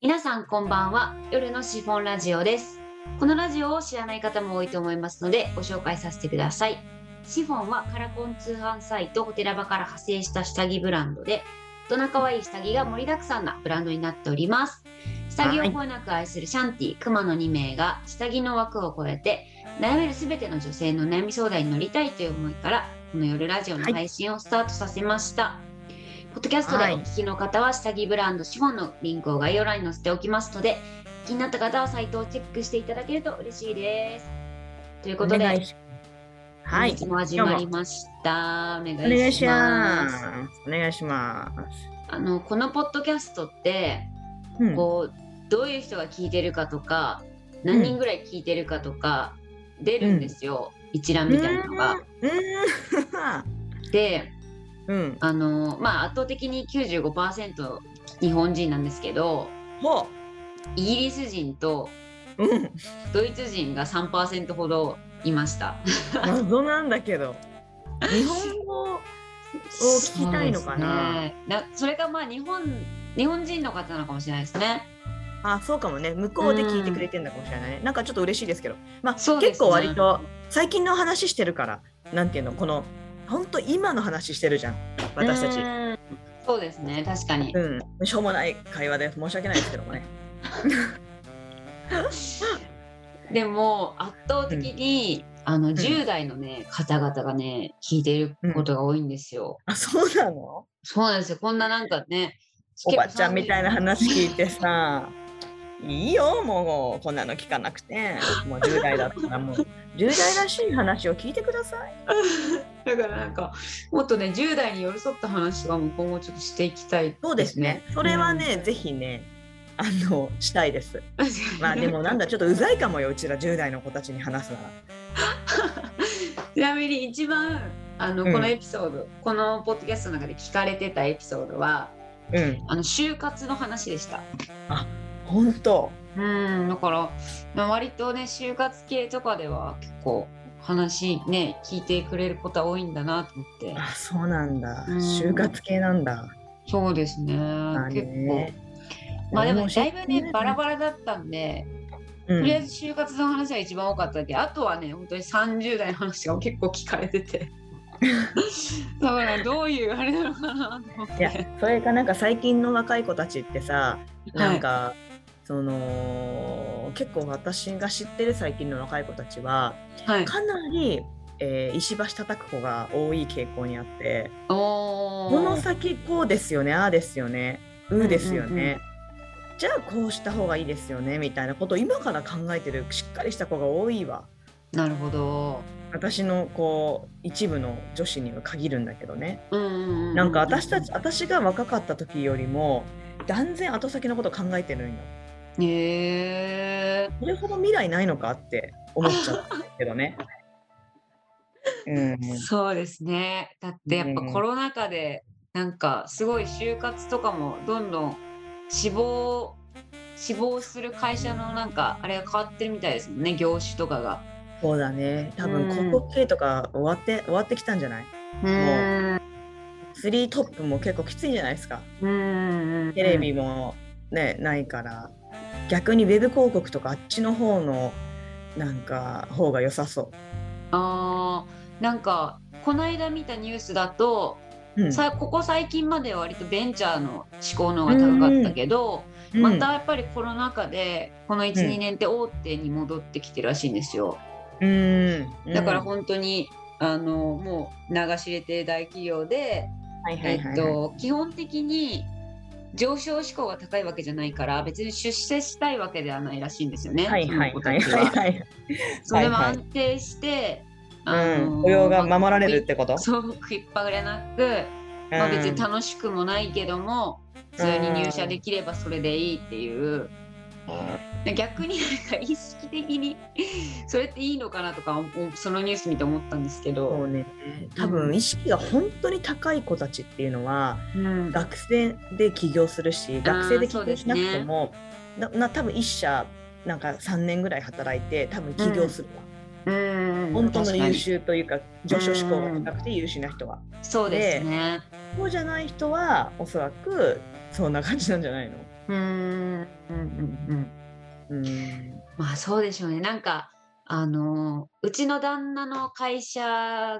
皆さんこんばんは夜のシフォンラジオですこのラジオを知らない方も多いと思いますのでご紹介させてくださいシフォンはカラコン通販サイトホテラバから派生した下着ブランドで大人可愛い下着が盛りだくさんなブランドになっております下着をこえなく愛するシャンティ熊の2名が下着の枠を超えて悩めるすべての女性の悩み相談に乗りたいという思いからこの夜ラジオの配信をスタートさせました、ポッドキャストでお聞きの方は下着ブランドシフォンのリンクを概要欄に載せておきますので気になった方はサイトをチェックしていただけると嬉しいですということでお願いしは本い日。も始まりましたお願いお願いししまますす。お願いします。あのこのポッドキャストってうん、こうどういう人が聞いてるかとか何人ぐらい聞いてるかとか出るんですよ、一覧みたいなのが。でうん。うん。あのまあ圧倒的に95%日本人なんですけどほイギリス人とう。うん。ドイツ人が3%ほどいました。 謎なんだけど。日本語。聞きたいのかなそうですねなそれがまあ日本日本人の方なのかもしれないですね。あ、そうかもね。向こうで聞いてくれてんだかもしれないね。なんかちょっと嬉しいですけど。まあ、そうですね結構割と最近の話してるから、なんていうの、この。本当今の話してるじゃん。私たち。うんそうですね確かに。うん、しょうもない会話で申し訳ないですけどもね。でも圧倒的に、あの10代のね方々がね聞いてることが多いんですよ。あ、そうなの。そうなんですよこんななんかねおばちゃんみたいな話話聞いてさいいよもうこんなの聞かなくてもう10代だったらもう10代らしい話を聞いてくださいだからなんかもっとね10代に寄り添った話とかも今後ちょっとしていきたいそうですねそれはね、ぜひねあのしたいですですね。まあでもなんだちょっとうざいかもようちら10代の子たちに話すならちなみに一番あのうんこのエピソード、このポッドキャストの中で聞かれてたエピソードはうんあの就活の話でした。本当うんだから、まあ、割とね就活系とかでは結構話ね聞いてくれることは多いんだなと思ってあそうなんだうん就活系なんだ、そうですねまあ結構ねまあでも面だ白いいぶねバラバラだったんで、うとりあえん、ず就活の話が一番多かったけどあとはね本当に30代の話が結構聞かれて てだからどういうあれなのかなと思っいやて。それかなんか最近の若い子たちってさなんは、か、その結構私が知ってる最近の若い子たちはいはいかなり、えー石橋叩く子が多い傾向にあっておこのー先こうですよねああですよねうーですよね、うんうんうじゃあこうした方がいいですよねみたいなことを今から考えてるしっかりした子が多いわなるほど。私のこう一部の女子には限るんだけどねうんうんううなんか私たち。私が若かった時よりも断然後先のこと考えてるんよへえ。これほど未来ないのかって思っちゃったけ どね。うん、そうですね。だってやっぱコロナ禍でなんかすごい就活とかもどんどん志望志望する会社のなんかあれが変わってるみたいですもんね業種とかが。そうだね多分うん広告系とか終わって終わってきたんじゃないうん。 3トップも結構きついんじゃないですかうん。テレ。ビも、ねないから逆にウェブ広告とかあっちの方のなんか方が良さそああなんかこの間見たニュースだと、う。うんさここ最近までは割とベンチャーの志向の方が高かったけど。またやっぱりコロナ禍でこの12、うん年って大手に戻ってきてるらしいんですようん、うんだから本当に、あのもう流し入れて大企業で、はいはいはいはいえっと、基本的に上昇志向が高いわけじゃないから別に出世したいわけではないらしいんですよね、はいはいその子はたいちはいは。はいそれもはいはい安定して、うん雇用が守られるってこと、そう食いっぱぐれなく、まあ、別に楽しくもないけども普通に入社できればそれでいいっていう。逆になんか意識的に それっていいのかなとかおそのニュース見て思ったんですけそど、うね多分意識が本当に高い子たちっていうのはうん学生で起業するし学生で起業しなくても、なな多分一社なんか3年ぐらい働いて多分起業するわ、うん本当の優確秀というか上昇志向が高くて優秀な人は、かにそうですねそうじゃない人はおそらくそんな感じなんじゃないのうーんうんうんうんうんまあそうでしょうねなんかあのうちの旦那の会社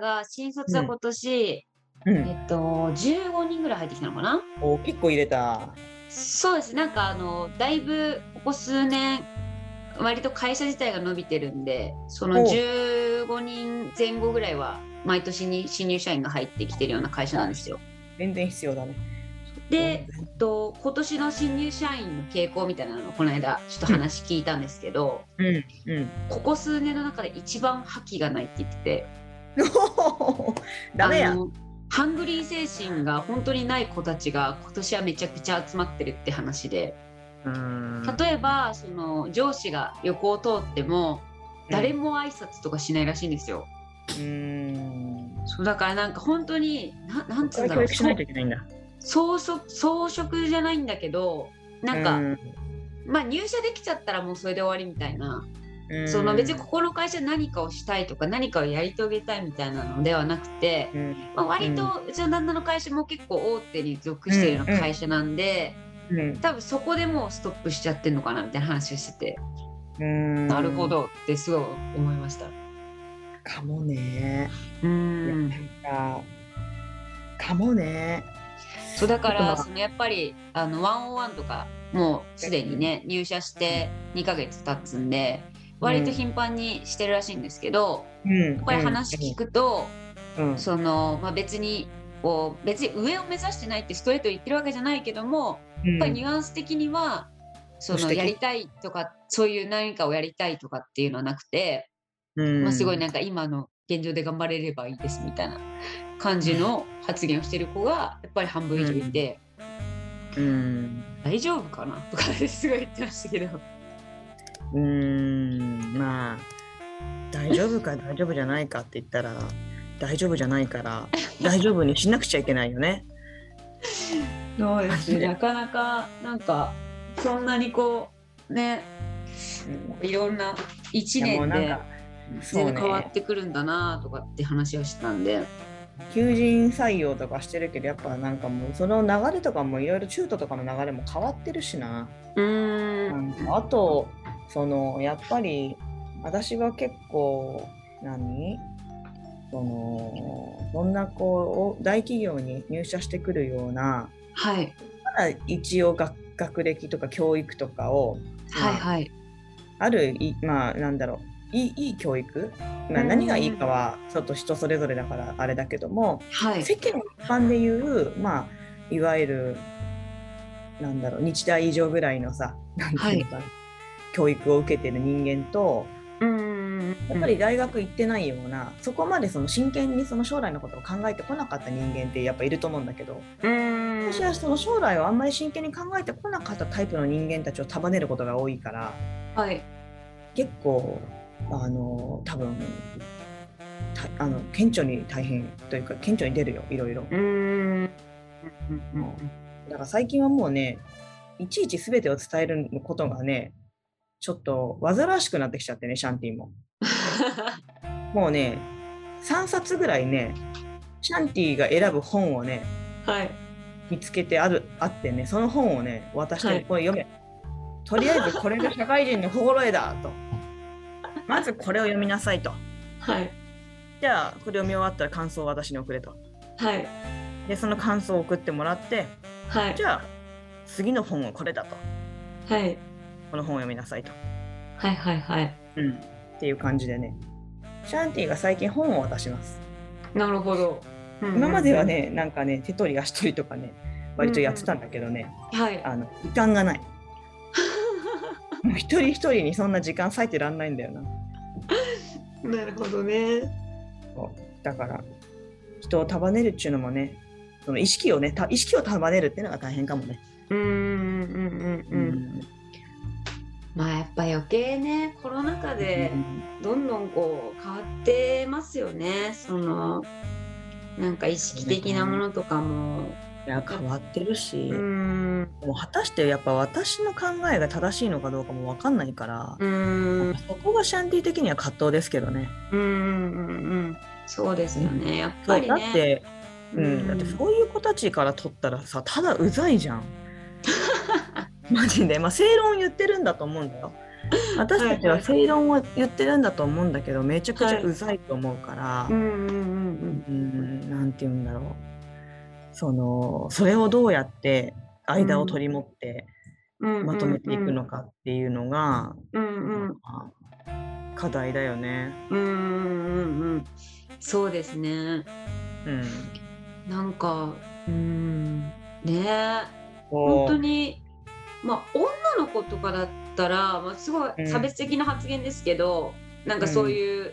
が新卒が今年、うん、えっと15人ぐらい入ってきたのかなお結構入れた。そうですなんかあのだいぶここ数年割と会社自体が伸びてるんでそのお15人前後ぐらいは毎年に新入社員が入ってきてるような会社なんですよ。全然必要だね。で、えっと、今年の新入社員の傾向みたいなのをこの間ちょっと話聞いたんですけど、うんうん。 ここ数年の中で一番覇気がないって言っててダメあや。のハングリー精神が本当にない子たちが今年はめちゃくちゃ集まってるって話で。うん例えばその上司が横を通っても誰も挨拶とかしないらしいんですよ。うん。そうだからなんか本当にななんつうんだ教ろう育しないといけないんだ。そう装飾装飾じゃないんだけどなんか、うんまあ入社できちゃったらもうそれで終わりみたいな、うんその別にここの会社何かをしたいとか何かをやり遂げたいみたいなのではなくて、うんまあ、割とうちの旦那の会社も結構大手に属してるような会社なんで、うん多分そこでもうストップしちゃってんのかなみたいな話をしてて、うんなるほどってすごい思いました。かもねういやん、なんかかもねそうだかあらとはそのやっぱりあの101とかもうすでにね入社して2ヶ月経つんで割と頻繁にしてるらしいんですけど、うんこれ話聞くと、うんそのまあ、別にこう別に上を目指してないってストレートに言ってるわけじゃないけどもうんやっぱりニュアンス的にはそ素の敵やりたいとかそういう何かをやりたいとかっていうのはなくて、うんまあ、すごいなんか今の現状で頑張れればいいですみたいな感じの発言をしてる子がやっぱり半分以上いて。うん大丈夫かなとかすごい言ってましたけどうんまあ大丈夫か 大丈夫じゃないかって言ったら大丈夫じゃない から大丈夫にしなくちゃいけないよねそうですねなかなかなんかそんなにこうねいろんな1いやも年うなんでかそう全然変わねってくるんだなとかって話をしてたんで、求人採用とかしてるけどやっぱなんかもうその流れとかもいろいろ中途とかの流れも変わってるしなうーなんんかあとそのやっぱり私は結構何そのそんなこう大企業に入社してくるようなはいまだ一応学学歴とか教育とかを、まあはいはいあるいまあなんだろういいいい教育、まあ、うん何がいいかはちょっと人それぞれだからあれだけども、はい世間一般でいう、まあ、いわゆるなんだろう日大以上ぐらいのさなんていうのかな、教育を受けてる人間とうーんやっぱり大学行ってないような、そこまでその真剣にその将来のことを考えてこなかった人間ってやっぱいると思うんだけどうーん私はその将来をあんまり真剣に考えてこなかったタイプの人間たちを束ねることが多いからはい結構あの多分たあの顕著に大変というか顕著に出るよいろいろ。うーんうんだから最近はもうね、いちいち全てを伝えることがね、ちょっと煩わしくなってきちゃってね、シャンティも。もうね、3冊ぐらいね、シャンティが選ぶ本をね、はい見つけてあるあってね、その本をね、渡して、はいこれ読め。とりあえずこれが社会人の心得だと。まずこれを読みなさいと。はいじゃあ、これ読み終わったら感想を私に送れと。はいで、その感想を送ってもらって、はいじゃあ、次の本はこれだと。はいこの本を読みなさいと。はいはいはいうん、っていう感じでねシャンティが最近本を渡しますなるほど今まではねなんかね手取り足取りとかね割とやってたんだけどね、はいあの時間がない もう一人一人にそんな時間割いてらんないんだよななるほどねだから人を束ねるっちゅうのもねその意識をねた意識を束ねるっていうのが大変かもね、うんうんうんうんうんまあやっぱ余計ねコロナ禍でどんどんこう変わってますよねそのなんか意識的なものとかもいや変わってるし、うんもう果たしてやっぱ私の考えが正しいのかどうかも分かんないから、うんそこがシャンティ的には葛藤ですけどね。うんうんそうですよねやっそぱうりだっねて、 うん、だってそういう子たちから取ったらさ、ただうざいじゃん。マジで、まあ、正論言ってるんだと思うんだよ。私たちは正論を言ってるんだと思うんだけど、めちゃくちゃうざいと思うから、うんうんうんうんなんて言うんだろうそのそれをどうやって間を取り持ってうんまとめていくの。かっていうのが、うんうんうんまあ課題だよね。うんうんうん。そうですね。うん、なんか、うん、ねえ。本こう当に、まあ、女の子とかだったら、まあ、すごういん差別的な発言ですけど、なんかそういう、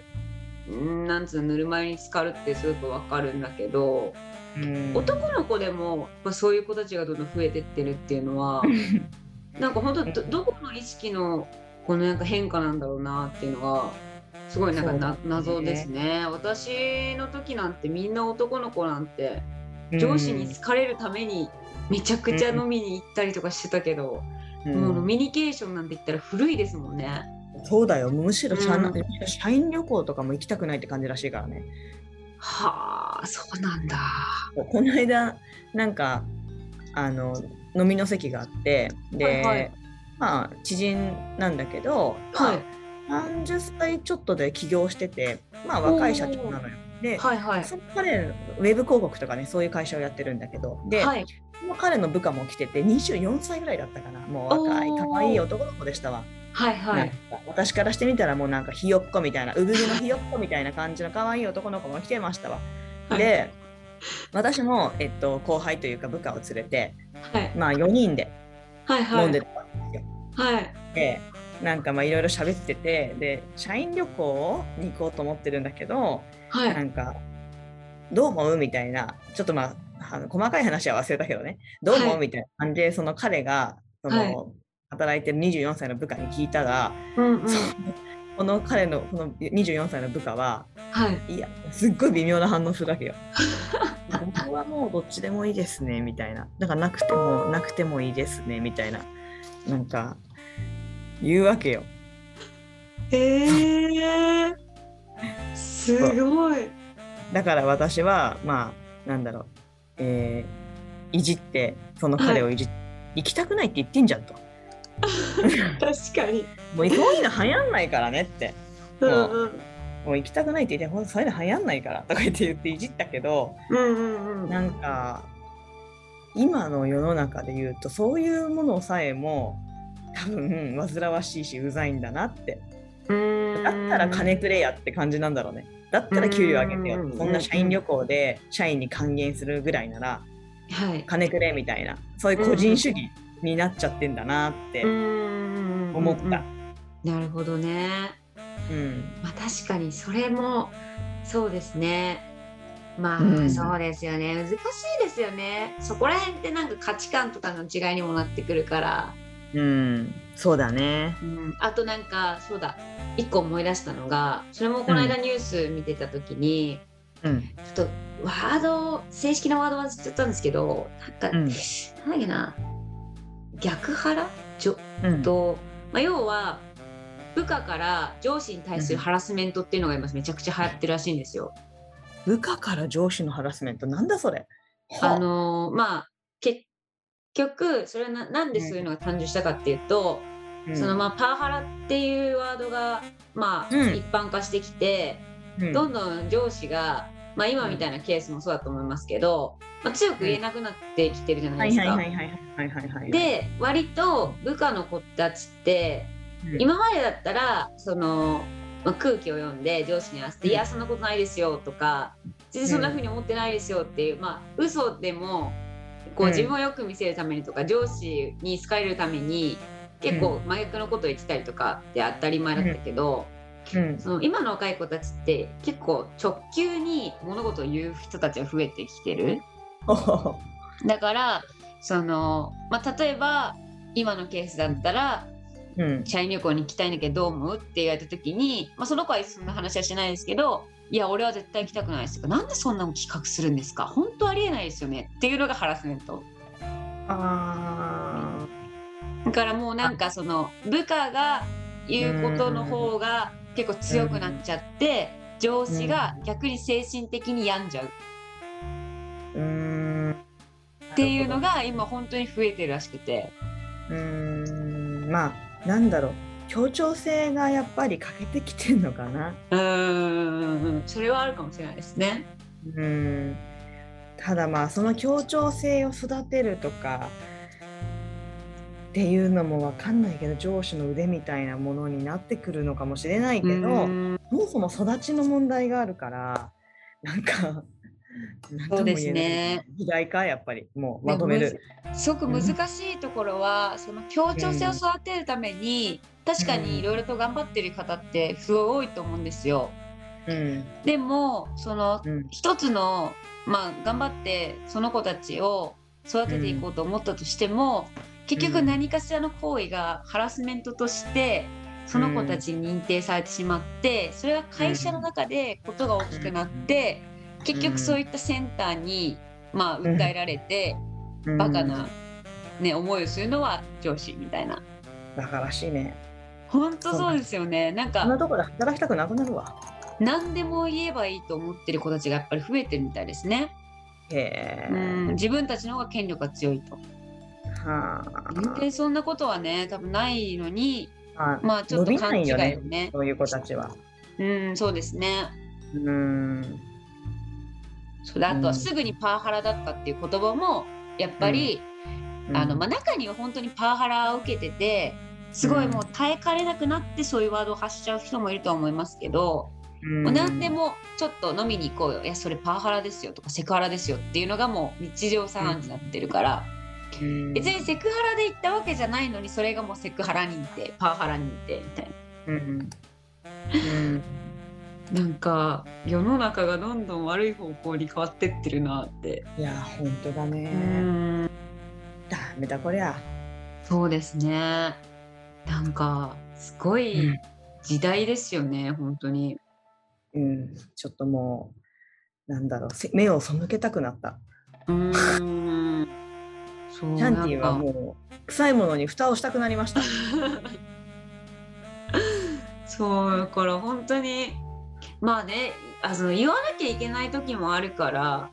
うん、なんつうのぬるま湯に浸かるってすごくわかるんだけど、うん男の子でもやっぱそういう子たちがどんどん増えてってるっていうの はなんか本当どどこの意識のこのなんか変化なんだろうなっていうのがすごいなんかな、そうだね謎ですね。私の時なんてみんな男の子なんて上司に好かれるためにめちゃくちゃ飲みに行ったりとかしてたけど、うんもう飲みニケーションなんて言ったら古いですもんね。そうだよむしろ社,、うん社員旅行とかも行きたくないって感じらしいからね。はあそうなんだ。この間なんかあの飲みの席があってで、はいはいまあ知人なんだけど、まあ30歳ちょっとで起業してて、まあ、若い社長なのよ。で、はいはいその彼のウェブ広告とかねそういう会社をやってるんだけどで、はい。その彼の部下も来てて24歳ぐらいだったかなもう若いおー可愛い男の子でしたわ、はいはなんいか。私からしてみたらもうなんかひよっこみたいな産毛のひよっこみたいな感じの可愛い男の子も来てましたわ。で私も、えっと、後輩というか部下を連れて、はいまあ、4人ではいはい。飲んでたわけですよ。はい。でなんかまあいろいろ喋っててで社員旅行に行こうと思ってるんだけどはいな。んかどう思うみたいなちょっとまああの細かい話は忘れたけどねどう思う、はいみたいな感じでその彼がその、はい働いてる24歳の部下に聞いたら、うんうん。そのこの彼のこの24歳の部下ははい。いやすっごい微妙な反応するわけよ。僕はもうどっちでもいいですねみたいなだからなくてもなくてもいいですねみたいななんか言うわけよ。へえ。すごい。だから私はまあなんだろう、えーいじってその彼をいじって、行きたくないって言ってんじゃんと 確かに。もうそういうの流行んないからねってうんうん。もう行きたくないって言ってほんとそういうの流行んないからとか言って言っていじったけどうんうんうん。なんか今の世の中で言うとそういうものさえも多分煩わしいしうざいんだなってうんだったら金くれやって感じなんだろうねだったら給料上げてようんそんな社員旅行で社員に還元するぐらいならはい。金くれみたいなそういう個人主義になっちゃってんだなってうん。思った。。なるほどね。うんまあ、確かにそれもそうですねまあ、うんそうですよね難しいですよねそこら辺ってなんか価値観とかの違いにもなってくるから、うんそうだね。うん、あとなんかそうだ一個思い出したのがそれもこの間ニュース見てた時に、うんちょっとワード正式なワードはちゃったんですけどなんか、うんなんだっけな逆腹ちょうんと、まあ、要は部下から上司に対するハラスメントっていうのが今めちゃくちゃ流行ってるらしいんですよ。部下から上司のハラスメントなんだそれ。あのーまあ結局それはななんでそういうのが誕生したかっていうと、うんそのまあパワハラっていうワードがまあ、うん一般化してきて、うんどんどん上司が、まあ、今みたいなケースもそうだと思いますけど、まあ、強く言えなくなってきてるじゃなはいいですはいか。はいはいはいはいはい。、で割と部下の子たちって今までだったらその、まあ空気を読んで上司に合わせて「うんいやそんなことないですよ」とか「全然そんな風に思ってないですよ」っていう、まあ嘘でもこううん自分をよく見せるためにとか上司に好かれるために結構真逆のことを言ってたりとかって当たり前だったけど、うんその今の若い子たちって結構直球に物事を言う人たちが増えてきてる。ほほほだからその、まあ、例えば今のケースだったらうん社員旅行に行きたいんだけどどう思うって言われた時に、まあ、その子はそんな話はしないですけどいや俺は絶対行きたくないですとかなんでそんなの企画するんですか本当ありえないですよねっていうのがハラスメントあだからもうなんかその部下が言うことの方が結構強くなっちゃって上司が逆に精神的に病んじゃうっーうーんていうのが今本当に増えてるらしくてうーんまあなんだろう協調性がやっぱり欠けてきてるのかな。うーんそれはあるかもしれないですね。うんただまあその協調性を育てるとかっていうのもわかんないけど上司の腕みたいなものになってくるのかもしれないけど、うんそもそも育ちの問題があるからなんか。なんそうとも言えないですね。時代かやっぱりもうまとめでる。すごく難しいところは、その協調性を育てるために、確かにいろいろと頑張ってる方ってすごい多いと思うんですよ。うんでもそのうん一つの、まあ、頑張ってその子たちを育てていこうと思ったとしても、結局何かしらの行為がハラスメントとしてその子たちに認定されてしまってそれが会社の中でことが大きくなって、結局そういったセンターに、まあ、訴えられて、うんバカな、ね、思いをするのは上司みたいなバカらしいね。本当そうですよねなんこんなかところで働きたくなくなるわ。何でも言えばいいと思ってる子たちがやっぱり増えてるみたいですね。へえ。うん、自分たちの方が権力が強いと。は全然そんなことはね多分ないのにあ。まあまあちょっと伸びな勘違いいよをねねそういう子たちは。うんそうですねうん。そうであとうはんすぐにパワハラだったっていう言葉もやっぱり、あのまあ、中には本当にパワハラを受けててすごいもう耐えかれなくなってそういうワードを発しちゃう人もいるとは思いますけど、もう何でもちょっと飲みに行こうよいやそれパワハラですよとかセクハラですよっていうのがもう日常茶飯事になってるから、うん、別にセクハラで言ったわけじゃないのにそれがもうセクハラ認定パワハラ認定みたいな。うんうんなんか世の中がどんどん悪い方向に変わってってるなって、いや、本当だね。ダメだ、こりゃ。そうですねなんかすごい時代ですよね、本当に うん、ちょっともう、なんだろう、せ目を背けたくなった。うーんそうシャンティはなんかもう、臭いものに蓋をしたくなりました。そうだから本当にまあねあその言わなきゃいけない時もあるから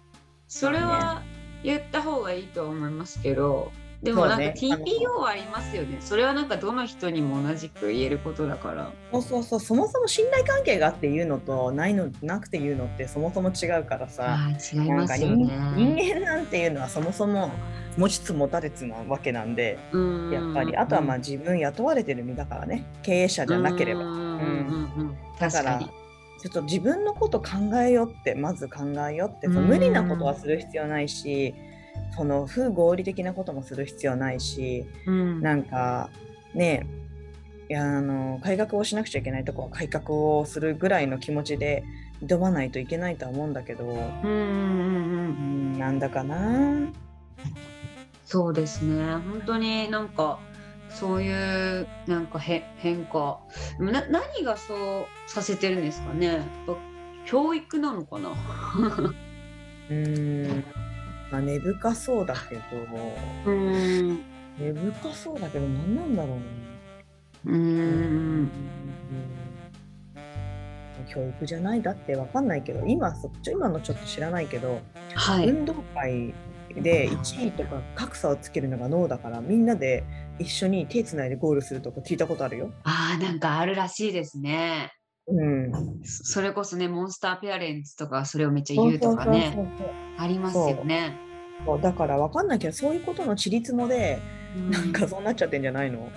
それは言った方がいいとは思いますけどでもなんかそうねあの TPO はありますよねそれはなんかどの人にも同じく言えることだから。そうそうそう、そもそも信頼関係があって言うのと、ないの、なくて言うのって、そもそも違うからさ。あー違いなまんかすよね。人人間なんていうのはそもそも持ちつ持たれつなわけなんでうんやっぱりあとはまあ自分雇われてる身だからね経営者じゃなければうんうんうんうんだ確かからに。ちょっと自分のこと考えよってまず考えよってそのうん無理なことはする必要ないしその不合理的なこともする必要ないしうんなんかねいやあの改革をしなくちゃいけないとこは改革をするぐらいの気持ちで挑まないといけないとは思うんだけど、うんうんううんん、なんだかなそうですね。本当になんかそういうなんかへ変化な何がそうさせてるんですかね。やっぱ教育なのかな。うん、まあ、根深そうだけどうん根深そうだけど何なんだろうね。ううんん教育じゃないだってわかんないけど今そちょ今のちょっと知らないけど、はい。運動会で1位とか格差をつけるのが脳だからみんなで一緒に手つないでゴールするとか聞いたことあるよ。ああなんかあるらしいですね。うん、そそれこそねモンスターペアレンツとかそれをめっちゃ言うとかねそうそうそうありますよね。そうだからわかんないけどそういうことのちりつもでなんかそうなっちゃってんじゃないの、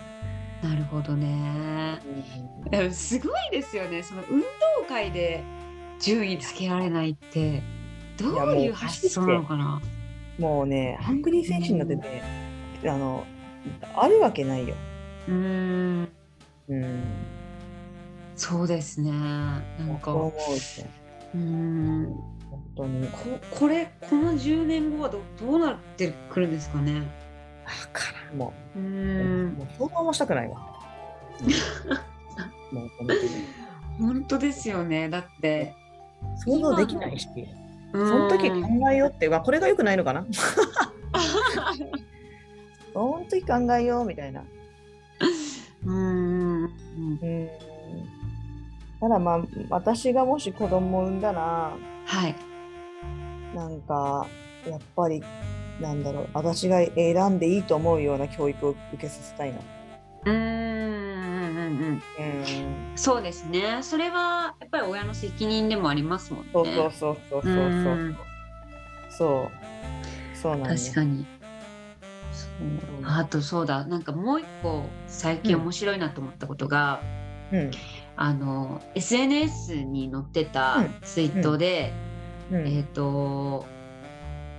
なるほどね。でもすごいですよね。その運動会で順位つけられないってどういいやもうう発想なのかな。もうねハングリー精神になってて、あのあるわけないよ。うーん、うん、そうですね。なんかそう思ううしーん本当にここれこの10年後はどどうなってくるんですかね。だからんもうーう、んもう想像もしたくないわ。もう本当に本当ですよね。だって想像できないし、そその時考えようって、わこれが良くないのかな。その時考えようみたいな。うーんうんうん。ただまあ私がもし子供を産んだらはいなんかやっぱりなんだろう私が選んでいいと思うような教育を受けさせたいな。うーんうんうんうん、そうですねそれはやっぱり親の責任でもありますもんねそうそうそうそうそうそううんそうそうなんです確かにそうあとそうだなんかもう一個最近面白いなと思ったことが、うんあの SNS に載ってたツイートで、うんえっ、と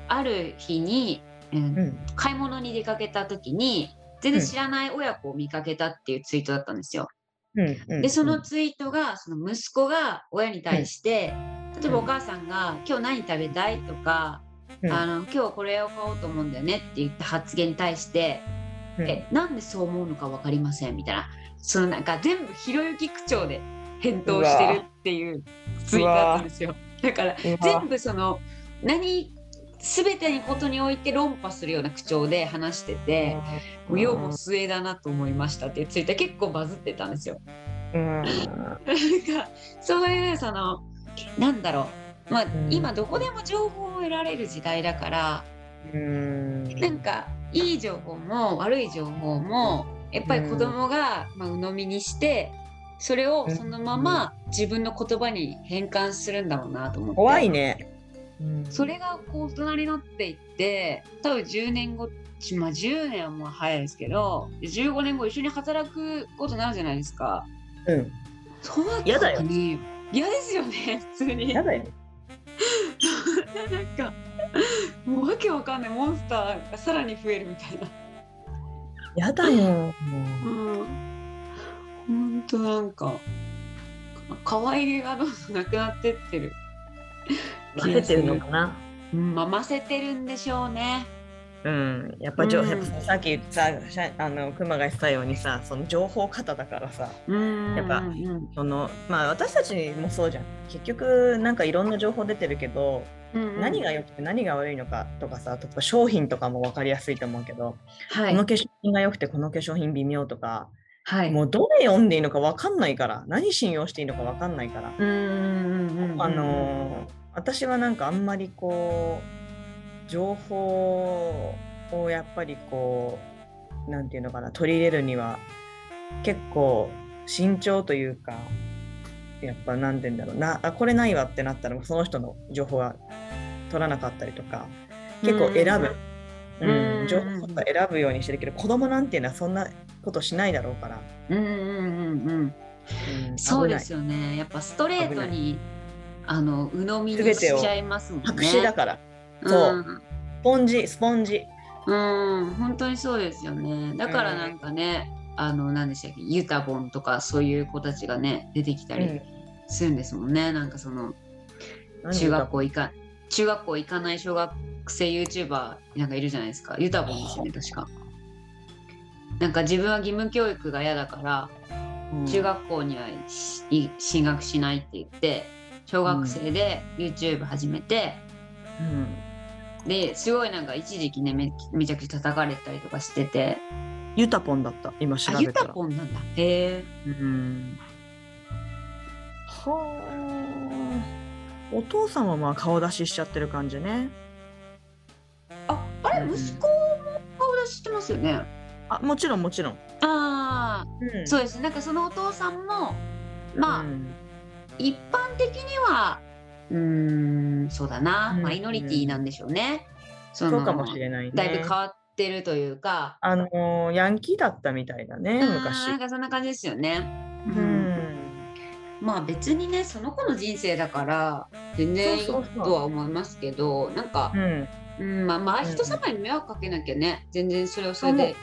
ある日に、えーうん買い物に出かけた時に全然知らない親子を見かけたっていうツイートだったんですよ。うんうんでそのツイートがその息子が親に対して、例えばお母さんが「今日何食べたい?」とか、うんあの「今日これを買おうと思うんだよね」って言った発言に対してう「えなんでそう思うのか分かりません」みたいなそのなんか全部ひろゆき口調で返答してるっていうツイートだったんですよ。だからんうわ全部その何全てにことにおいて論破するような口調で話してて「もう世も末だなと思いました」ってツイッター結構バズってたんですよ。うなんんかそういうそのなんだろうまあん今どこでも情報を得られる時代だからうんなんかいい情報も悪い情報もやっぱり子供がまあ鵜呑みにしてそれをそのまま自分の言葉に変換するんだろうなと思って怖いね。うんそれがこう大人になっていって多分10年後まあ10年はもう早いですけど15年後一緒に働くことになるじゃないですか。うんそうなったやだよ時に嫌ですよね普通にやだよ。なんかもうわけわかんないモンスターがさらに増えるみたいな。やだよ。うん。本当なんか可愛げがどんどんなくなってってる。混ぜてるのかな。うん、まあ、ませてるんでしょうね。うん、やっぱ情、うんやっぱさっき言ったしゃあの熊が言ってたようにさその情報型だからさうん。やっぱうんその、まあ、私たちもそうじゃん結局なんかいろんな情報出てるけど、うん、何が良くて何が悪いのかとかさ例えば商品とかも分かりやすいと思うけど、はこのい。化粧品が良くてこの化粧品微妙とか、はい。もうどれ読んでいいのか分かんないから何信用していいのか分かんないから、うんうんうんうん。あのー私はなんかあんまりこう情報をやっぱりこうなんていうのかな取り入れるには結構慎重というかやっぱなんて言うんだろうなあこれないわってなったらその人の情報は取らなかったりとか結構選ぶ、うんうんうん情報とか選ぶようにしてるけど子供なんていうのはそんなことしないだろうから、うんうんうんうん。うんそう危でないすよね。やっぱストレートにあの鵜呑みに全してをちゃいますもんね。白紙だからそううん。スポンジスポンジうん、本当にそうですよね。だからなんかね、あの、何でしたっけ、ユタボンとかそういう子たちがね、出てきたうりんするんですもんね。なんかその、何中学校行か、中学校行かない小学生 YouTuber なんかいるじゃないですか。ユタボンですよね、確か。なんか自分は義務教育が嫌だから、うん中学校にはしい進学しないって言って、小学生で YouTube 始めて、うんですごいなんか一時期ねめめちゃくちゃ叩かれたりとかしててユタポンだった今調あべユたタら。ポンなんだへえうんはあ。お父様はまあ顔出ししちゃってる感じね。ああれうんうん息子も顔出ししてますよねあもちろんもちろん。ああ、うんそうう。ですなんかそのお父さんもまあ、ん、一般的にはうーんそうだな、うんうんマイノリティなんでしょうねそそうかもしれないね。だいぶ変わってるというか、あのーヤンキーだったみたいだねうん昔。なんかそんな感じですよね、ううんん。まあ別にねその子の人生だから全然いいとそうそうそうは思いますけどなんかう、ん。うん、まあまあうんうん人様に迷惑かけなきゃね全然それはそれで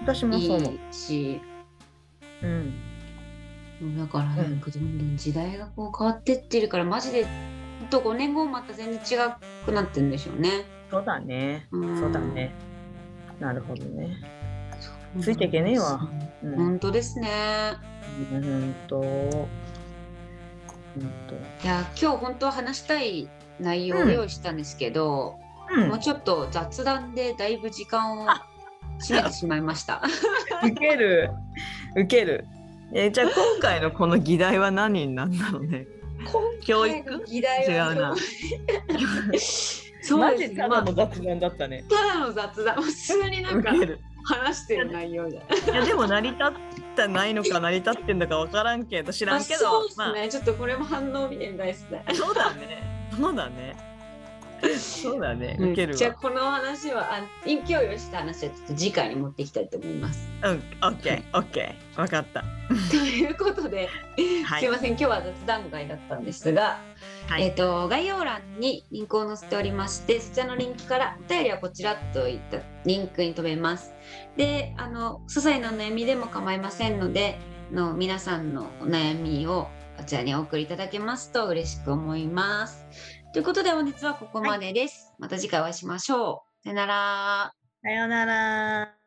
私もいそう思う。いしうん。だからなんかどんどん時代がこう変わってってるからマジでほんと5年後また全然違くなってるんでしょうね。そうだね。うんそうだね。なるほどね。ついていけねえわ。うん。うん本当ですね。と。本当。いや今日本当は話したい内容を用意したんですけど、うんもう。ちょっと雑談でだいぶ時間を占めてしまいました。受ける受けるえーじゃあ今回のこの議題は何になんだろうね教育 議題は違うそなうですね。マジたまだあの雑談だったね。ただの雑談、普通になんかウケる話してる内容で。いやでも成り立ってないのか成り立ってんだかわからんけど知らあんけどそうですね、まちょっとこれも反応見てみたいですね。あそう だねそうだねそうだね受けるじゃあわこの話はあ勢いをした話はちょっと次回に持っていきたいと思います。うんオッケーオッケーわかった ということで、はすいいません今日は雑談会だったんですが、はいえっ、と概要欄にリンクを載せておりましてそちらのリンクからお便りはこちらといったリンクに飛べます。であの些細なお悩みでも構いませんのであの皆さんのお悩みをこちらにお送りいただけますと嬉しく思います。ということで本日はここまでです。また次回お会いしましょう。さよなら。さようなら